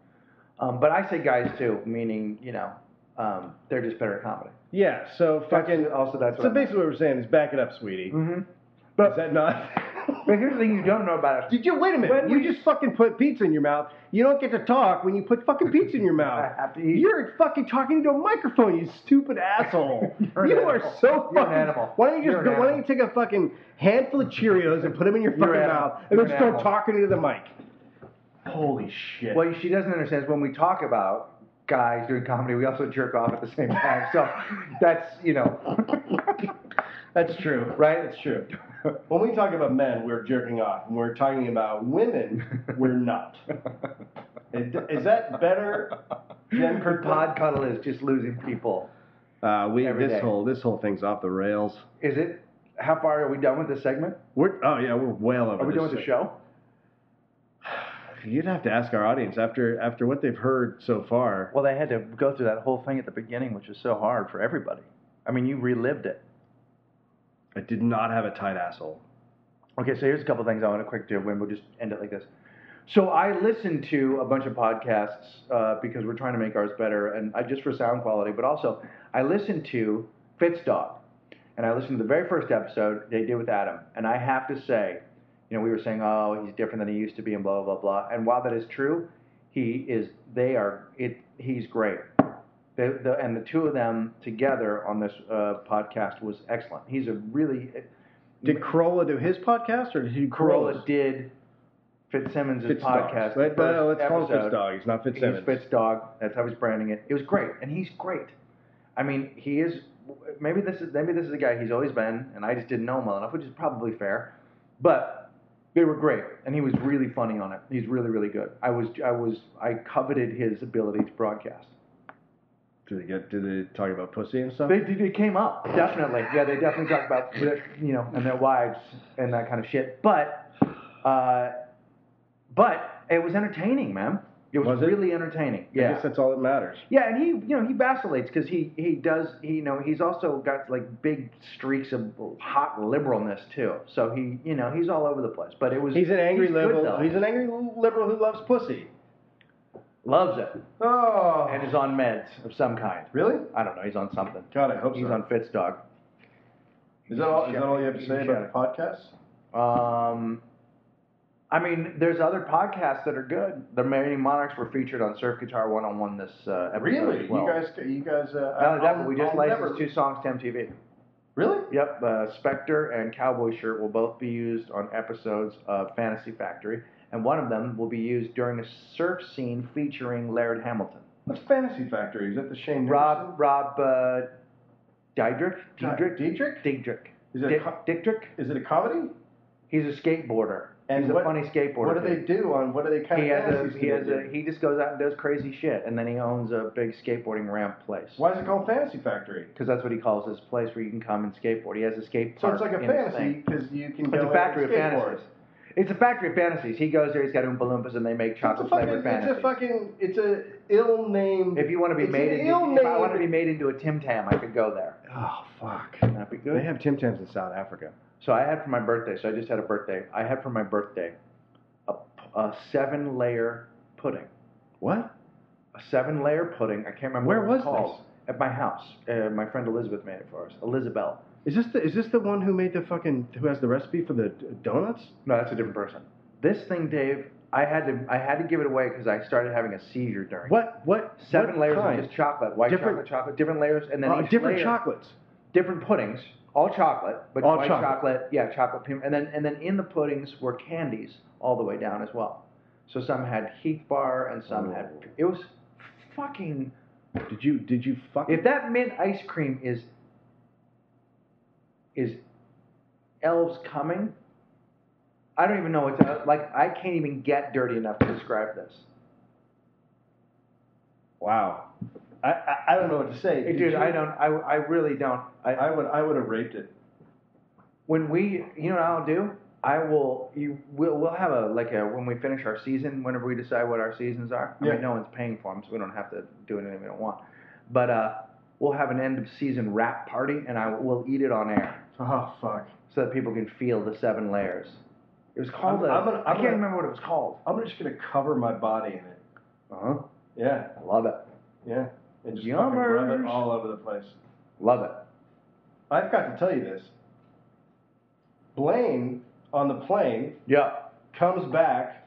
Um, but I say guys too, meaning you know um, they're just better at comedy.
Yeah, so fucking.
That's- also that's what
so
I meant.
basically, what we're saying is back it up, sweetie.
Mhm.
But is that not?
But here's the thing you don't know about it.
Did you wait a minute?
When
you
we-
just fucking put pizza in your mouth. You don't get to talk when you put fucking pizza in your mouth.
I have to eat.
You're fucking talking into a microphone, you stupid asshole.
You're an
you are
animal.
so fucking.
You're an animal.
Why don't you
You're
just
an
go, why don't you
animal.
take a fucking handful of Cheerios and put them in your
You're
fucking
an animal.
mouth and
You're
then
an
start
animal.
talking into the mic? Holy shit.
What she doesn't understand is when we talk about guys doing comedy, we also jerk off at the same time. So that's you know.
That's true.
Right?
That's true. When we talk about men, we're jerking off. When we're talking about women, we're not. Is is that better? Jen
Her pod cuddle is just losing people.
Uh, we
Every
this
day.
whole this whole thing's off the rails.
Is it? How far are we done with this segment?
We're oh yeah, we're well over.
Are we done with the show?
You'd have to ask our audience after after what they've heard so far.
Well, they had to go through that whole thing at the beginning, which was so hard for everybody. I mean, you relived it.
I did not have a tight asshole.
Okay, so here's a couple things I want to quick do, and we'll just end it like this. So I listen to a bunch of podcasts uh, because we're trying to make ours better, and I, just for sound quality, but also I listen to Fitz Dog, and I listened to the very first episode they did with Adam, and I have to say, you know, we were saying, oh, he's different than he used to be, and blah blah blah, blah. and while that is true, he is, they are, it, he's great. The, the, and the two of them together on this uh, podcast was excellent. He's a really
Did Corolla do his podcast or did he do
Corolla
Corolla's?
did Fitzsimmons'
Fitzdog.
podcast.
Let,
the
uh, let's
first
call him
episode.
Fitzdog. He's not Fitzsimmons.
He's Fitzdog. That's how he's branding it. It was great, and he's great. I mean, he is. Maybe this is maybe this is the guy he's always been, and I just didn't know him well enough, which is probably fair. But they were great, and he was really funny on it. He's really really good. I was I was I coveted his ability to broadcast.
Did they get? Did they talk about pussy and stuff?
They, they they came up definitely. Yeah, they definitely talked about you know and their wives and that kind of shit. But, uh, but it was entertaining, man. It was,
Was it?
really entertaining.
I
Yeah,
guess that's all that matters.
yeah, and he you know he vacillates because he he does he you know he's also got like big streaks of hot liberalness too. So he you know he's all over the place. But it was
He's an angry
he's good,
liberal.
though.
he's an angry liberal who loves pussy.
loves it
Oh,
and is on meds of some kind.
really?
I don't know. He's on something.
God, I hope
He's
so.
on Fitzdog.
Is that all? Is that all you have to say about the podcast?
Um, I mean, there's other podcasts that are good. The Marrying Monarchs were featured on Surf Guitar 101 this uh, episode
Really?
as well.
You guys? You guys? Uh,
Not only that, but
I'll-
we just
I'll
licensed
never-
two songs to MTV.
Really?
Yep, uh, Spectre and Cowboy Shirt will both be used on episodes of Fantasy Factory, and one of them will be used during a surf scene featuring Laird Hamilton.
What's Fantasy Factory? Is that the Shane?
Rob Rob uh, Diedrich
Dietrich?
Diedrich
Dietrich?
Diedrich
Is it? A
Dick-
co-
Diedrich.
is it a comedy?
He's a skateboarder.
And
He's
what-
a funny skateboarder.
What do they
dude.
do on? What do they kind
He
of?
has a
fantasies
he
do
has
they
a
do?
he just goes out and does crazy shit, and then he owns a big skateboarding ramp place.
Why is it called Fantasy Factory?
Because that's what he calls his place where you can come and skateboard. He has a skate
So
park.
it's like a
in his thing.
fantasy because you can go
It's a
and
factory of
skateboard.
fantasies. It's a factory of fantasies. He goes there, he's got Oompa Loompas, and they make
It's a
chocolate
fucking.
flavored
It's a
fantasy.
fucking. It's a ill name.
If you want to be
it's
made
an
into,
ill
if I want to be
name.
made into a Tim Tam, I could go there.
Oh fuck.
That'd be
They
good.
have Tim Tams in South Africa.
So I had for my birthday. So I just had a birthday. I had for my birthday a, a seven layer pudding.
What?
A seven layer pudding. I can't remember
Where
what it was,
was
called. At my house. Uh, my friend Elizabeth made it for us. Elizabeth.
Is this the is this the one who made the fucking who has the recipe for the d- donuts?
No, that's a different person. This thing, Dave. I had to I had to give it away because I started having a seizure during. it.
What what
Seven
what
layers
kind?
of just chocolate, white
Different-
chocolate, chocolate, different layers, and then
Uh,
each
different
layer-
chocolates.
different puddings, all chocolate, but
All
white
chocolate.
chocolate. yeah, chocolate, pink, and then and then in the puddings were candies all the way down as well. So some had Heath Bar, and some had it was fucking.
Did you did you fuck?
If that mint ice cream is is elves coming, I don't even know what to like. I can't even get dirty enough to describe this.
wow, I, I I don't know what to say,
Hey,
Did
dude,
you-
I don't. I, I really don't. I,
I would I would have raped it.
when we you know what i'll do i will you we'll, we'll have a like a when we finish our season whenever we decide what our seasons are i
Yeah.
mean no one's paying for them so we don't have to do anything we don't want but uh we'll have an end of season wrap party and i will eat it on air
Oh fuck!
so that people can feel the seven layers it was called
I'm-
a-
I'm gonna-
i
I'm
can't
gonna-
remember what it was called
I'm just gonna cover my body in it.
uh-huh
Yeah,
i love it
yeah, and just fucking rub it
Yummers.
all over the place.
love it
I've got to tell you this. Blaine on the plane
yeah
comes back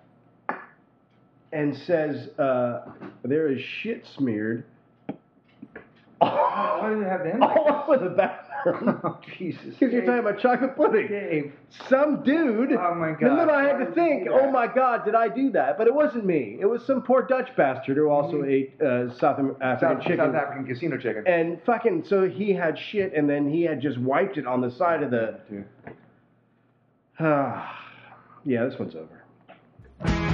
and says, uh, "There is shit smeared."
why
all
does it have the end like
all over the bathroom.
that? Oh, jesus
Because you're talking about chocolate pudding.
dave
Some dude.
oh my god
and then I had
Why
to
would you
think,
do
oh
that?
my God, did I do that? But it wasn't me. It was some poor Dutch bastard who also ate uh, South Am- African
Mm-hmm. south,
chicken.
south african casino chicken
and fucking, so he had shit, and then he had just wiped it on the side of the.
Dude.
yeah, this one's over.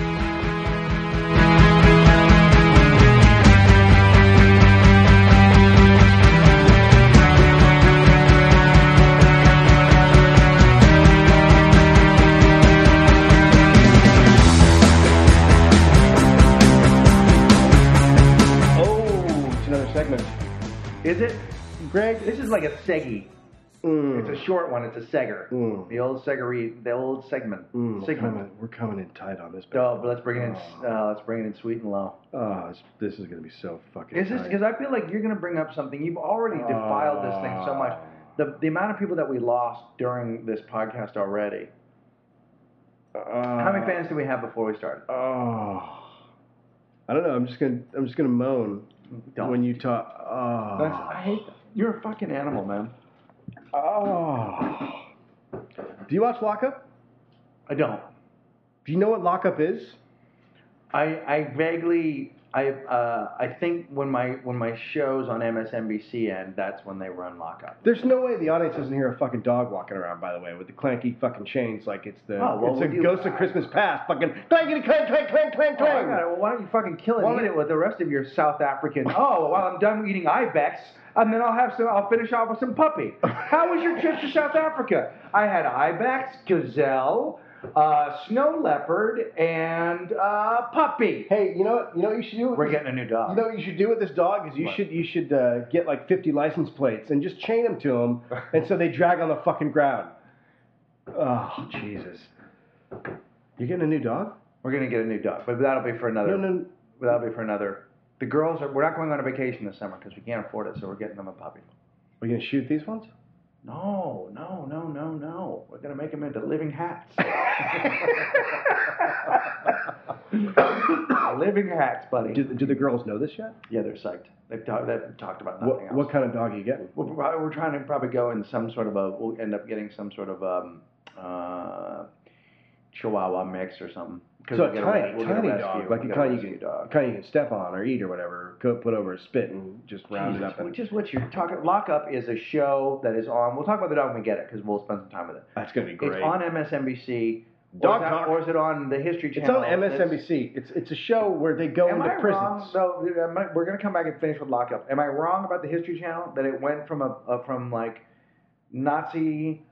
Oh, it's another segment.
is it
Greg,
This is like a Seggy.
mm,
It's a short one. It's a Segger.
Mm.
The old Seggery, the old segment.
mm, we're,
Segment.
coming, we're coming in tight on this. baby.
Oh, but let's bring it in. Uh, let's bring it in sweet and low.
Oh, it's- this is gonna be so fucking.
Is this because I feel like you're going to bring up something you've already defiled this thing so much. The the amount of people that we lost during this podcast already. How many fans did we have before we started?
Uh, Oh, I don't know. I'm just gonna I'm just gonna moan
Don't.
when you talk. Oh,
That's- I hate. That. You're a fucking animal, man.
oh. Do you watch Lockup?
I don't.
Do you know what Lockup is?
I I vaguely. I uh, I think when my when my shows on MSNBC end, that's when they run lockup.
There's no way the audience doesn't hear a fucking dog walking around. By the way, with the clanky fucking chains, like it's the
Oh, well,
it's
we
a
do-
ghost of Christmas past. Fucking clanky clank clank clank clank
Oh, I
clank.
got it. Well, why don't you fucking kill it
Why
and eat
don't-
it with the rest of your South African? Oh, well, I'm done eating ibex, and then I'll have some. I'll finish off with some puppy. How was your trip to South Africa? I had ibex, gazelle, uh, snow leopard, and uh, puppy.
Hey, you know what? You know what you should do. With
We're
this?
getting a new
You
dog.
know what you should do with this dog is you
What?
should you should uh, get like 50 license plates and just chain them to them, and so they drag on the fucking ground. Oh Jesus! You getting a new dog?
We're gonna get a new dog, but that'll be for another.
No, no.
That'll be for another. The girls are. We're not going on a vacation this summer because we can't afford it, so we're getting them a puppy.
Are you gonna shoot these ones?
No, no, no, no, no. We're gonna make them into living hats. living hats, buddy.
Do, do the girls know this yet?
yeah, they're psyched. They've, talk, they've talked about nothing
What,
else.
what kind of dog are you getting?
We're, prob- we're trying to probably go in some sort of a. We'll end up getting some sort of um, uh, Chihuahua mix or something. 'Cause
So
we'll
a
get
tiny,
re- we'll get
tiny
rescue-
dog,
we'll
like a
get
kind you
rescue
can,
dog.
kind you can step on or eat or whatever, co- put over a spit and just round it
Jesus,
up. And
which is what you're talking. Lockup is a show that is on. We'll talk about the dog when we get it because we'll spend some time with it.
that's gonna be great.
It's on MSNBC.
Dog
or is, that-
Talk.
or is it on the History
It's
Channel?
on MSNBC. It's it's a show where they go
Am
into
I wrong?
prisons.
Though am I- we're gonna come back and finish with Lockup. Am I wrong about the History Channel that it went from a, a from like Nazi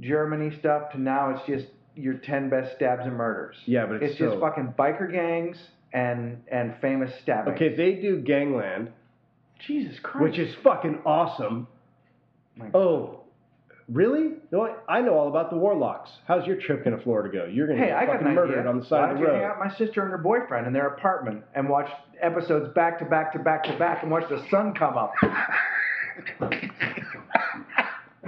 Germany stuff to now it's just your ten best stabs and murders.
Yeah, but it's,
it's just
so-
fucking biker gangs and and famous stabbing.
okay. They do Gangland,
Jesus Christ.
which is fucking awesome.
My God.
Oh, really? No, I I know all about the Warlocks. How's your trip gonna Florida go? You're gonna
Hey,
get
I got
fucking
an
murdered
idea.
on the side
Why
of
don't
the
you hang
road.
out with my sister and her boyfriend in their apartment and watch episodes back to back to back to back and watch the sun come up?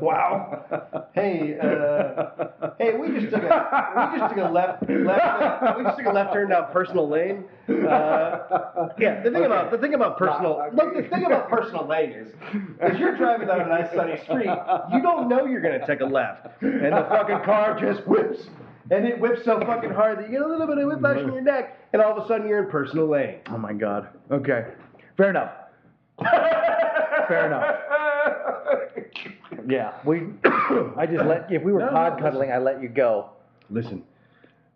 Wow. Hey, uh, hey, we just took a we just took a left left.
uh, we just took a left turn down personal lane. Uh, yeah, the thing about the thing about personal
Look, the thing about personal lane is, is you're driving down a nice sunny street,
you don't know you're gonna take a left, and the fucking car just whips, and it whips so fucking hard that you get a little bit of whiplash in your neck, and all of a sudden you're in personal lane.
Oh my god. Okay. Fair enough. Fair enough. Yeah, we. I just let. If we were
No, no,
pod cuddling, I let you go.
Listen,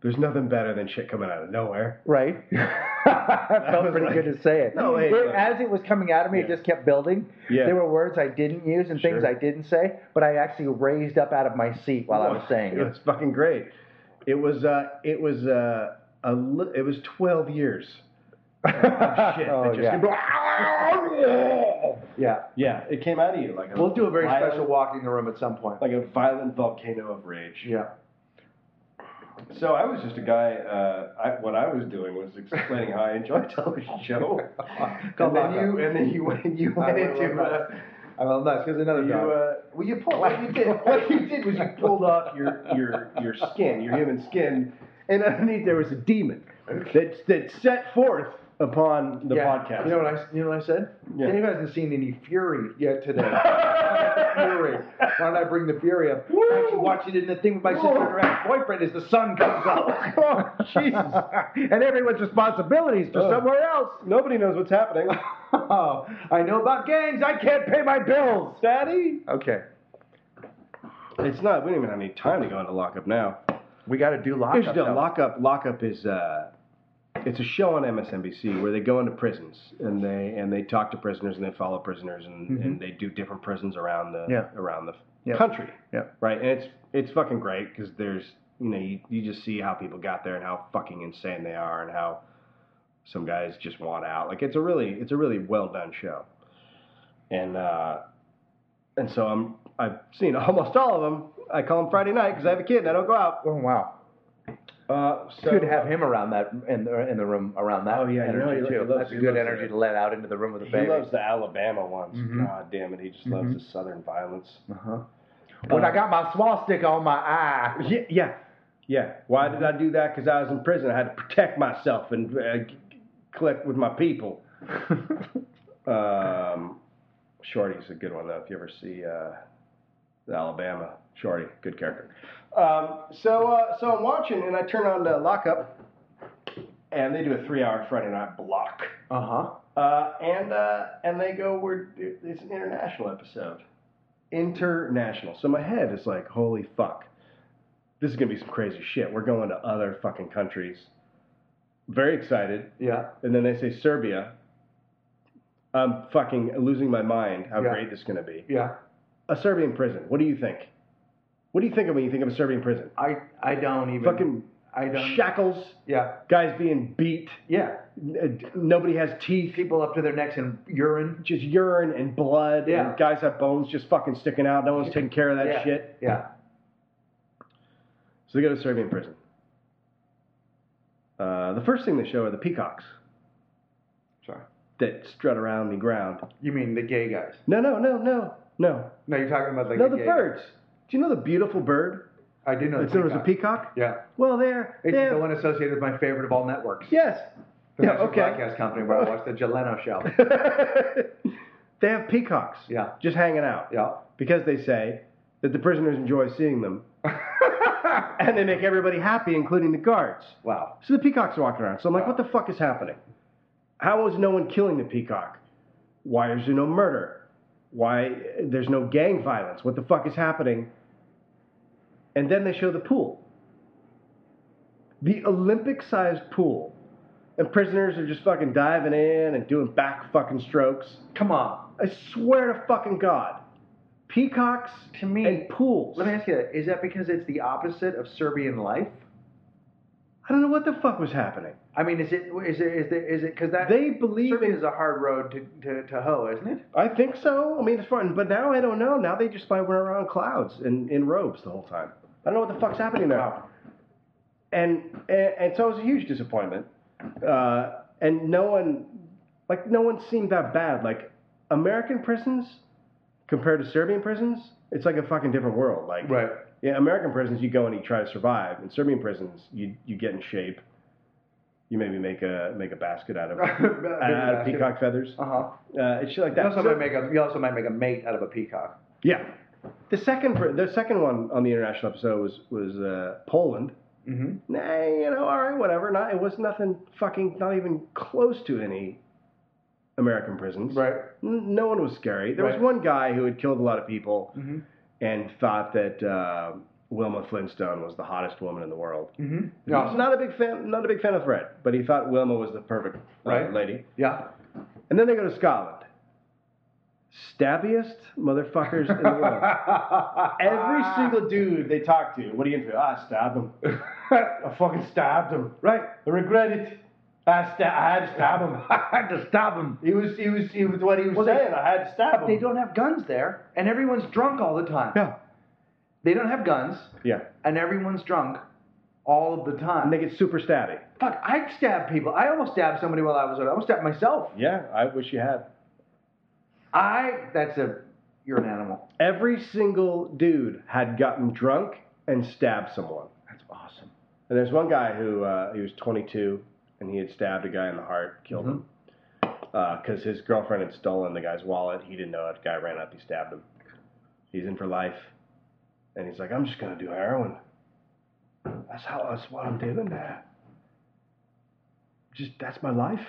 there's nothing better than shit coming out of nowhere.
Right. I felt
was
pretty
like-
good to say it.
No, hey,
Where-
look.
as it was coming out of me, it
Yeah.
just kept building.
Yeah.
There were words I didn't use and things
Sure.
I didn't say, but I actually raised up out of my seat while I was saying
it
it.
was fucking great. It was uh, it was uh, a li- it was 12 years. of Shit, that
Oh,
just-
Yeah.
yeah, it came out of you like a
We'll do a very
violent-
special walking the room at some point.
like a violent volcano of rage.
Yeah.
So I was just a guy. Uh, I, what I was doing was explaining how I enjoy a television show, and then
Lockup.
you and then you went, you
I
went
will
into uh,
not. I will not. Here's another
you.
dog.
Uh, well, you pulled what you did. What you did was you pulled off your your your skin, your human skin, and underneath there was a demon that that set forth upon the
Yeah.
podcast.
You know what I you know what I said?
Yeah.
Dave hasn't seen any Fury yet today. fury. Why don't I bring the Fury up? I actually watch it in the thing with my sister and her ex-boyfriend as the sun comes up.
Oh, Jesus.
and everyone's responsibilities to
Oh.
somewhere else.
Nobody knows what's happening.
Oh, I know about gangs. I can't pay my bills.
Daddy?
Okay.
It's not. We don't even have any time to go into lockup now.
We got to do
We
lockup.
should do lockup. Lockup is uh, it's a show on MSNBC where they go into prisons and they and they talk to prisoners and they follow prisoners and, and they do different prisons around the
Mm-hmm. Yeah.
around the
Yeah.
country.
Yeah.
Right. And it's it's fucking great because there's you know you, you just see how people got there and how fucking insane they are and how some guys just want out. Like it's a really it's a really well done show. And uh, and so I'm I've seen almost all of them. I call them Friday night because I have a kid and I don't go out.
Oh wow.
Uh, so,
Good to have him around that in the in the room around that.
Oh, yeah, I know.
energy
He lo- he
too.
loves-
That's a
he
good
loves
energy
it.
to let out into the room with a
He
baby.
loves the Alabama ones.
Mhm.
God damn it, he just loves the Southern violence.
Uh-huh. When I got my swastika on my eye.
Yeah, yeah, yeah. Why did I do that? Because I was in prison. I had to protect myself and uh, g- collect with my people. um, Shorty's a good one though. If you ever see uh, the Alabama, Shorty, good character. Um, so, uh, so I'm watching, and I turn on the lockup, and they do a three-hour Friday night block.
Uh huh.
Uh, and uh, and they go, we're it's an international episode, international. So my head is like, holy fuck, this is gonna be some crazy shit. We're going to other fucking countries. Very excited.
Yeah.
And then they say Serbia. I'm fucking losing my mind. How
Yeah.
great this is gonna be.
Yeah.
A Serbian prison. What do you think? What do you think of when you think of a Serbian prison?
I I don't even.
Fucking
I don't.
shackles,
yeah.
guys being beat.
Yeah.
n- uh, Nobody has teeth.
People up to their necks in urine.
just urine and blood
Yeah.
and guys have bones just fucking sticking out. No one's taking care of that
yeah.
shit.
Yeah.
So they go to Serbian prison. Uh, the first thing they show are the peacocks
Sorry.
that strut around the ground.
You mean the gay guys?
No, no, no, no. No.
No, you're talking about like
no,
the
the
gay-
birds. Do you know the beautiful bird?
I do know.
It's known as a peacock.
Yeah,
Well, there.
it's the one associated with my favorite of all networks,
Yes.
the
Yeah,
National
okay.
Broadcast Company, where I watch the Jeleno show.
they have peacocks.
Yeah.
Just hanging out.
Yeah.
Because they say that the prisoners enjoy seeing them. and they make everybody happy, including the guards.
Wow.
So the peacock's walking around. So I'm like, what the fuck is happening? How is no one killing the peacock? Why is there no murder? Why there's no gang violence? What the fuck is happening? And then they show the pool. The Olympic sized pool. And prisoners are just fucking diving in and doing back fucking strokes.
Come on.
I swear to fucking God. Peacocks
To me-
and pools.
Let me ask you: that. Is that because it's the opposite of Serbian life?
I don't know what the fuck was happening.
I mean, is it is it is it is it because that
They believe
Serbia
in
is a hard road to, to, to hoe, isn't it?
I think so. I mean, it's fun, but now I don't know. Now they just fly around clouds in, in robes the whole time. I don't know what the fuck's happening there. And, and and so it was a huge disappointment. Uh, and no one, like no one seemed that bad. Like American prisons compared to Serbian prisons, it's like a fucking different world. Like
Right.
yeah, American prisons you go and you try to survive. In Serbian prisons, you you get in shape. You maybe make a make a basket out of, out of peacock feathers.
Uh huh.
Uh, it's shit like
You
that.
also
So-
might make a you also might make a mate out of a peacock.
yeah. The second per- the second one on the international episode was was uh, Poland.
Mm-hmm.
Nah, you know, all right, whatever. Not it was nothing fucking not even close to any American prisons.
Right.
N- no one was scary. There was
Right.
one guy who had killed a lot of people
Mhm.
and thought that uh, Wilma Flintstone was the hottest woman in the world.
Mm-hmm.
He's Not a big fan. Not a big fan of Fred, but he thought Wilma was the perfect uh,
Right.
lady.
Yeah.
And then they go to Scotland. Stabbiest motherfuckers in the world. Every
Ah.
single dude they talk to, what are you into? I stabbed him. I fucking stabbed him.
Right.
I regret it. I, sta- I had to stab him.
I had to stop him.
He was, he was, he was what he was
Well, they-
saying. I had to stab him.
They don't have guns there, and everyone's drunk all the time.
Yeah.
They don't have guns,
Yeah.
and everyone's drunk all of the time.
And they get super stabby.
Fuck, I stabbed people. I almost stabbed somebody while I was there. I almost stabbed myself.
Yeah, I wish you had.
I. That's a. You're an animal.
Every single dude had gotten drunk and stabbed someone.
That's awesome.
And there's one guy who uh, he was 22 and he had stabbed a guy in the heart, killed him because his girlfriend had stolen the guy's wallet. He didn't know it. guy ran up, he stabbed him. He's in for life, and he's like, "I'm just gonna do heroin. That's how. That's what I'm doing now. Just that's my life."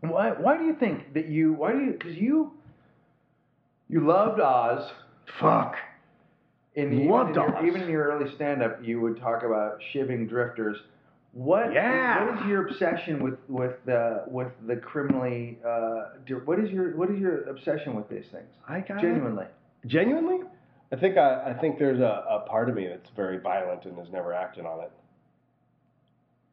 Why? Why do you think that you? Why do you? Because you. You loved Oz.
Fuck.
In the,
Loved
even, in
Oz.
your, even in your early stand-up, you would talk about shivving drifters. What?
Yeah.
What is your obsession with with the with the criminally? Uh, dir- what is your what is your obsession with these things?
I got
Genuinely.
Genuinely, I think I, I think there's a, a part of me that's very violent and has never acted on it.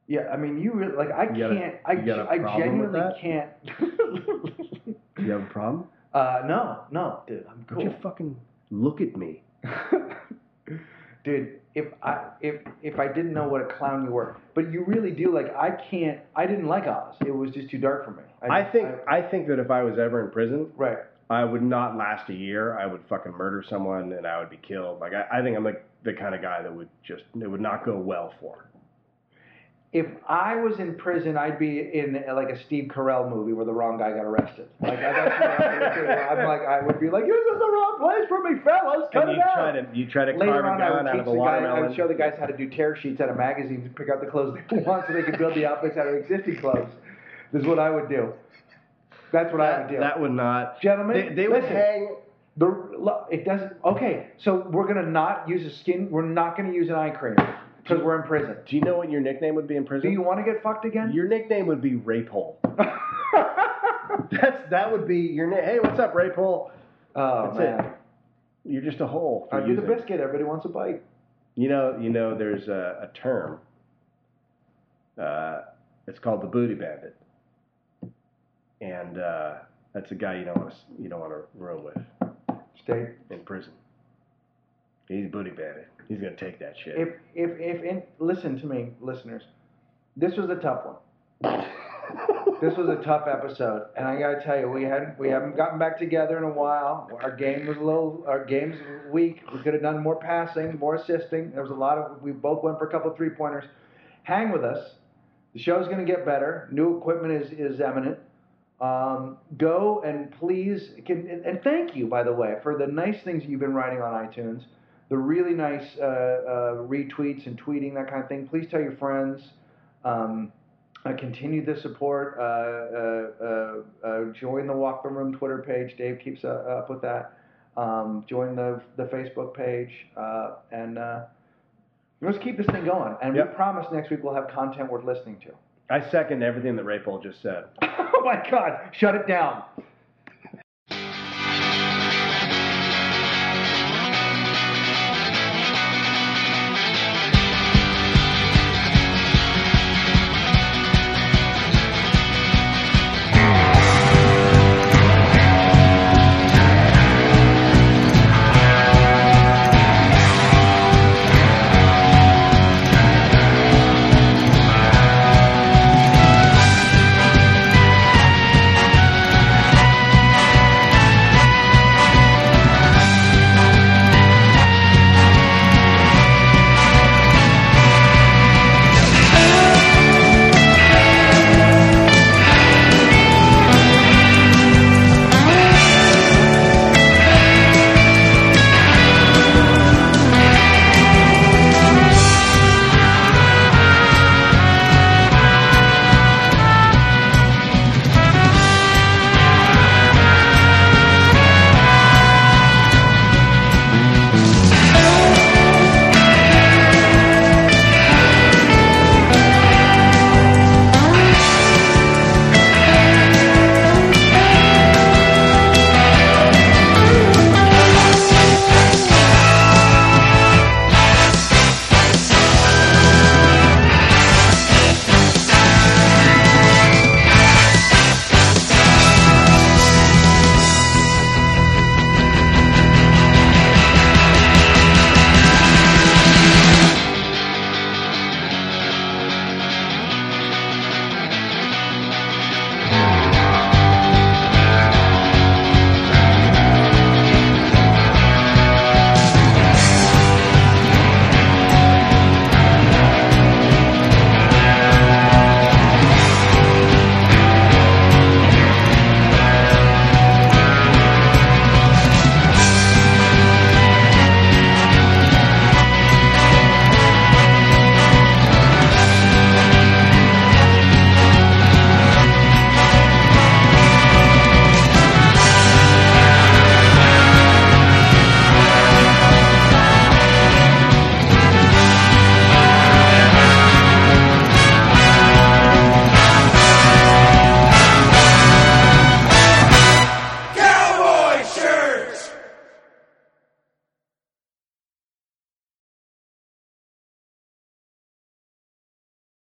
Yeah, I mean, you really like. I
You got a-
can't. I,
you got a
I
problem with
genuinely
that?
can't.
You have a problem?
uh, no, no, dude, I'm
Don't
cool.
you fucking look at me?
Dude, if I if if I didn't know what a clown you were, but you really do like I can't. I didn't like Oz. It was just too dark for me.
I think I think that if I was ever in prison,
right.
I would not last a year. I would fucking murder someone and I would be killed. Like I, I think I'm like the kind of guy that would just it would not go well for.
If I was in prison, I'd be in uh, like a Steve Carell movie where the wrong guy got arrested. Like I got I'm like I would be like, this is the wrong place for me, fellas. Cut
and
it
you
out.
try to you try to
Later
carve
on,
a
I
gun
would
out
teach
of a
the guy. I
watermelon.
would show the guys how to do tear sheets out of magazines and pick out the clothes they want, so they could build the outfits out of existing clothes. This is what I would do. That's what I would do.
that would not.
Gentlemen,
They, they would
listen.
hang.
The lo- it doesn't. Okay, so we're gonna not use a skin. We're not gonna use an eye cream because we're in prison.
Do you know what your nickname would be in
Do
prison?
you want to get fucked again?
your nickname would be Rape Hole. That's that would be your name. Hey, what's up, Rape Hole?
oh
That's
man,
it. You're just a hole. for
I do the
using-
biscuit. Everybody wants a bite.
You know, you know, there's a, a term. Uh, it's called the booty bandit, and uh, that's a guy you don't want to you don't want to room with
Stay.
in prison. He's a booty bandit. He's gonna take that shit.
If if if in, listen to me, listeners. This was a tough one. this was a tough episode, and I gotta tell you, we hadn't we haven't gotten back together in a while. Our game was a little, our game's weak. We could have done more passing, more assisting. There was a lot of, we both went for a couple of three pointers. Hang with us. The show's gonna get better. New equipment is is eminent. Um, go and please can, and- and thank you by the way for the nice things you've been writing on iTunes, the really nice uh, uh, retweets and tweeting that kind of thing. Please tell your friends. Um, uh, continue the support. Uh, uh, uh, uh, join the Walk the Room Twitter page. Dave keeps uh, up with that. Um, join the the Facebook page, uh, and uh, let's keep this thing going. And we
Yep.
promise next week we'll have content worth listening to.
I second everything that Ray Paul just said.
oh my God! Shut it down.